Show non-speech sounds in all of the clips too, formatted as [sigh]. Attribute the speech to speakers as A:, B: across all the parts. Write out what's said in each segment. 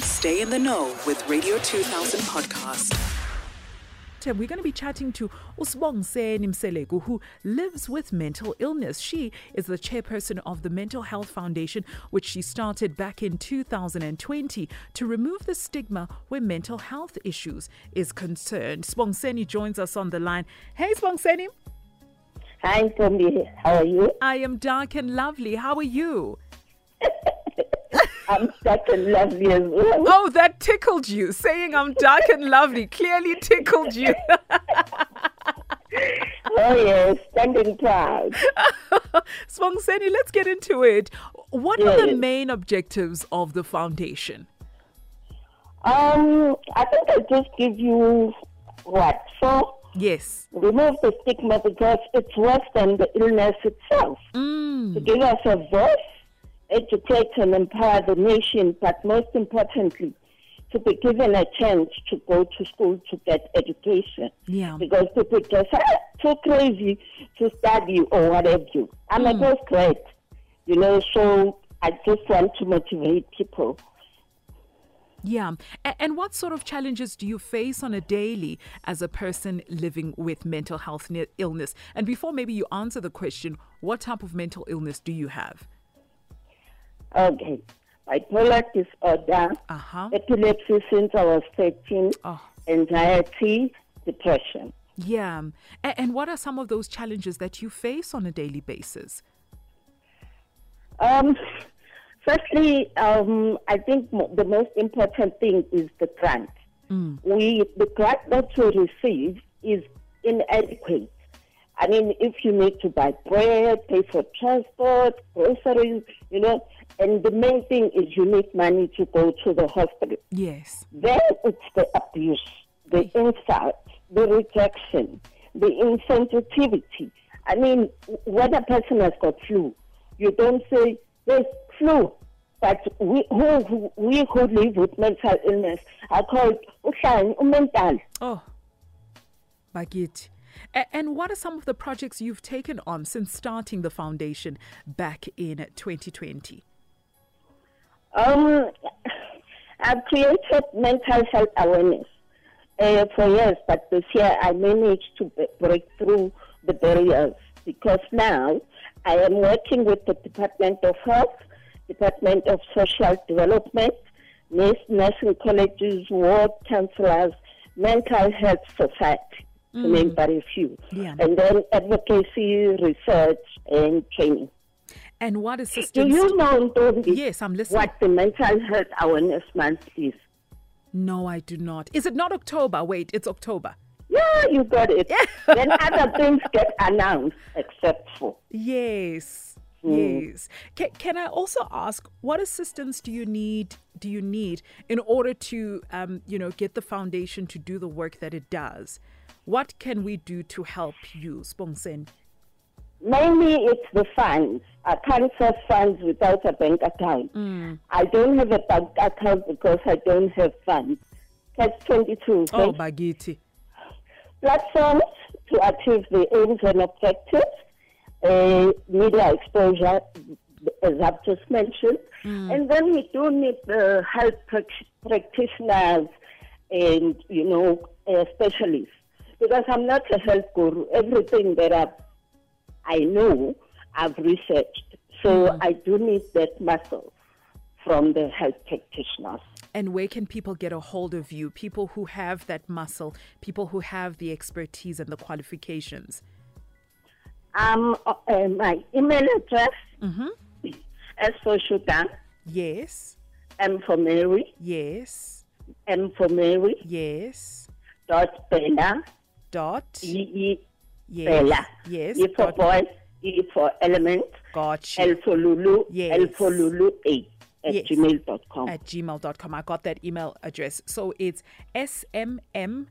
A: Stay in the know with Radio 2000 podcast.
B: We're going to be chatting to Usbongiseni Mselego, who lives with mental illness. She is the chairperson of the Mental Health Foundation, which she started back in 2020 to remove the stigma where mental health issues is concerned. Sbongiseni joins us on the line. Hey, Sbongiseni.
C: Hi, Tombi. How are you?
B: I am dark and lovely. How are you?
C: I'm such a lovely as well.
B: Oh, that tickled you. Saying I'm dark and lovely clearly tickled you.
C: Oh, yes, standing proud.
B: Sbongiseni, let's get into it. What are the
C: Yes.
B: main objectives of the foundation?
C: Um, I think I'll just give you what? So,
B: Yes.
C: remove the stigma because it's worse than the illness itself. To give us a voice, educate and empower the nation, but most importantly, to be given a chance to go to school to get education.
B: Yeah.
C: Because people just are too crazy to study or whatever. you. I'm a postgrad, you know, so I just want to motivate people.
B: Yeah. A- and what sort of challenges do you face on a daily as a person living with mental health ne- illness? And before maybe you answer the question, what type of mental illness do you have?
C: Okay. Bipolar disorder,
B: Uh-huh.
C: epilepsy since I was 13,
B: Oh.
C: anxiety, depression.
B: Yeah. A- and what are some of those challenges that you face on a daily basis?
C: Um, firstly, um, I think mo- the most important thing is the grant. We the grant that we receive is inadequate. I mean, if you need to buy bread, pay for transport, groceries, you know, and the main thing is you need money to go to the hospital.
B: Yes.
C: Then it's the abuse, the insult, the rejection, the insensitivity. I mean, w- when a person has got flu, you don't say there's flu. But we who, who we who live with mental illness are called uhlani umental.
B: Oh. Bagit. A- and what are some of the projects you've taken on since starting the foundation back in 2020?
C: Um, I've created mental health awareness uh, for years, but this year I managed to b- break through the barriers because now I am working with the Department of Health, Department of Social Development, nas- nursing colleges, ward councillors, mental health society, to name but a few,
B: Yeah.
C: and then advocacy, research, and training.
B: And what
C: Do
B: assistance?
C: you know, Ntombi,
B: Yes, I'm listening.
C: what the Mental Health Awareness Month is?
B: No, I do not. Is it not October? Wait, it's October.
C: Yeah, you got it. [laughs] then other things get announced except for.
B: Yes.
C: Hmm.
B: Yes. Can, can I also ask what assistance do you need do you need in order to um, you know get the foundation to do the work that it does? What can we do to help you, Spongsen?
C: Mainly it's the funds. I can't source funds without a bank account. I don't have a bank account because I don't have funds. Catch 22.
B: Oh,
C: thank
B: Bagiti.
C: platforms to achieve the aims and objectives, uh, media exposure, as I've just mentioned. And then we do need uh, health prac- practitioners and, you know, uh, specialists. Because I'm not a health guru. Everything that I've, I know, I've researched. So I do need that muscle from the health practitioners.
B: And where can people get a hold of you? People who have that muscle, people who have the expertise and the qualifications.
C: Um, uh, uh, my email address
B: Mm-hmm.
C: is for sugar,
B: Yes.
C: M for Mary,
B: Yes.
C: M for Mary,
B: Yes.
C: dot Bella,
B: Dot.
C: E E
B: Yes.
C: Bella.
B: Yes.
C: E for
B: dot-
C: boy, E for element,
B: Got you.
C: L for Lulu,
B: Yes.
C: L for Lulu 8 at
B: Yes.
C: gmail dot com.
B: at gmail.com. I got that email address. So it's smm.bella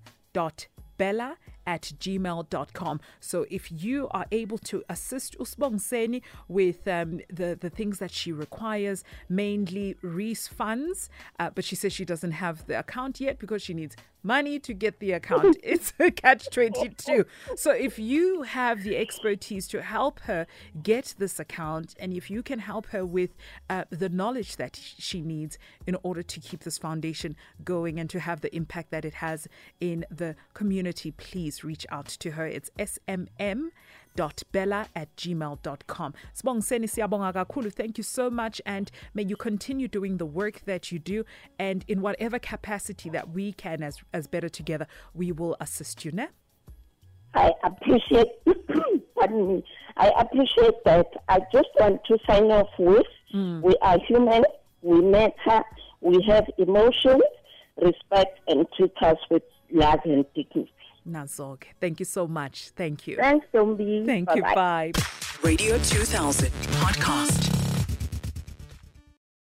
B: at gmail.com. So if you are able to assist Usbong Seni with um, the, the things that she requires, mainly Reese funds, uh, but she says she doesn't have the account yet because she needs money to get the
C: [laughs]
B: account. it's a catch 22. So if you have the expertise to help her get this account and if you can help her with uh, the knowledge that she needs in order to keep this foundation going and to have the impact that it has in the community, please reach out to her. It's SMM dot bella at gmail.com. Sbongiseni siyabonga kakhulu. Thank you so much and may you continue doing the work that you do and in whatever capacity that we can as as better together, we will assist you, ne?
C: I appreciate, [coughs] pardon me, I appreciate that. I just want to sign off with
B: Mm.
C: we are human, we matter, we have emotions, respect, and treat us with love and dignity.
B: Nazog. Thank you so much. Thank you.
C: Thanks, Zombie.
B: Thank you.
C: Bye-bye.
B: Bye.
A: Radio 2000 podcast.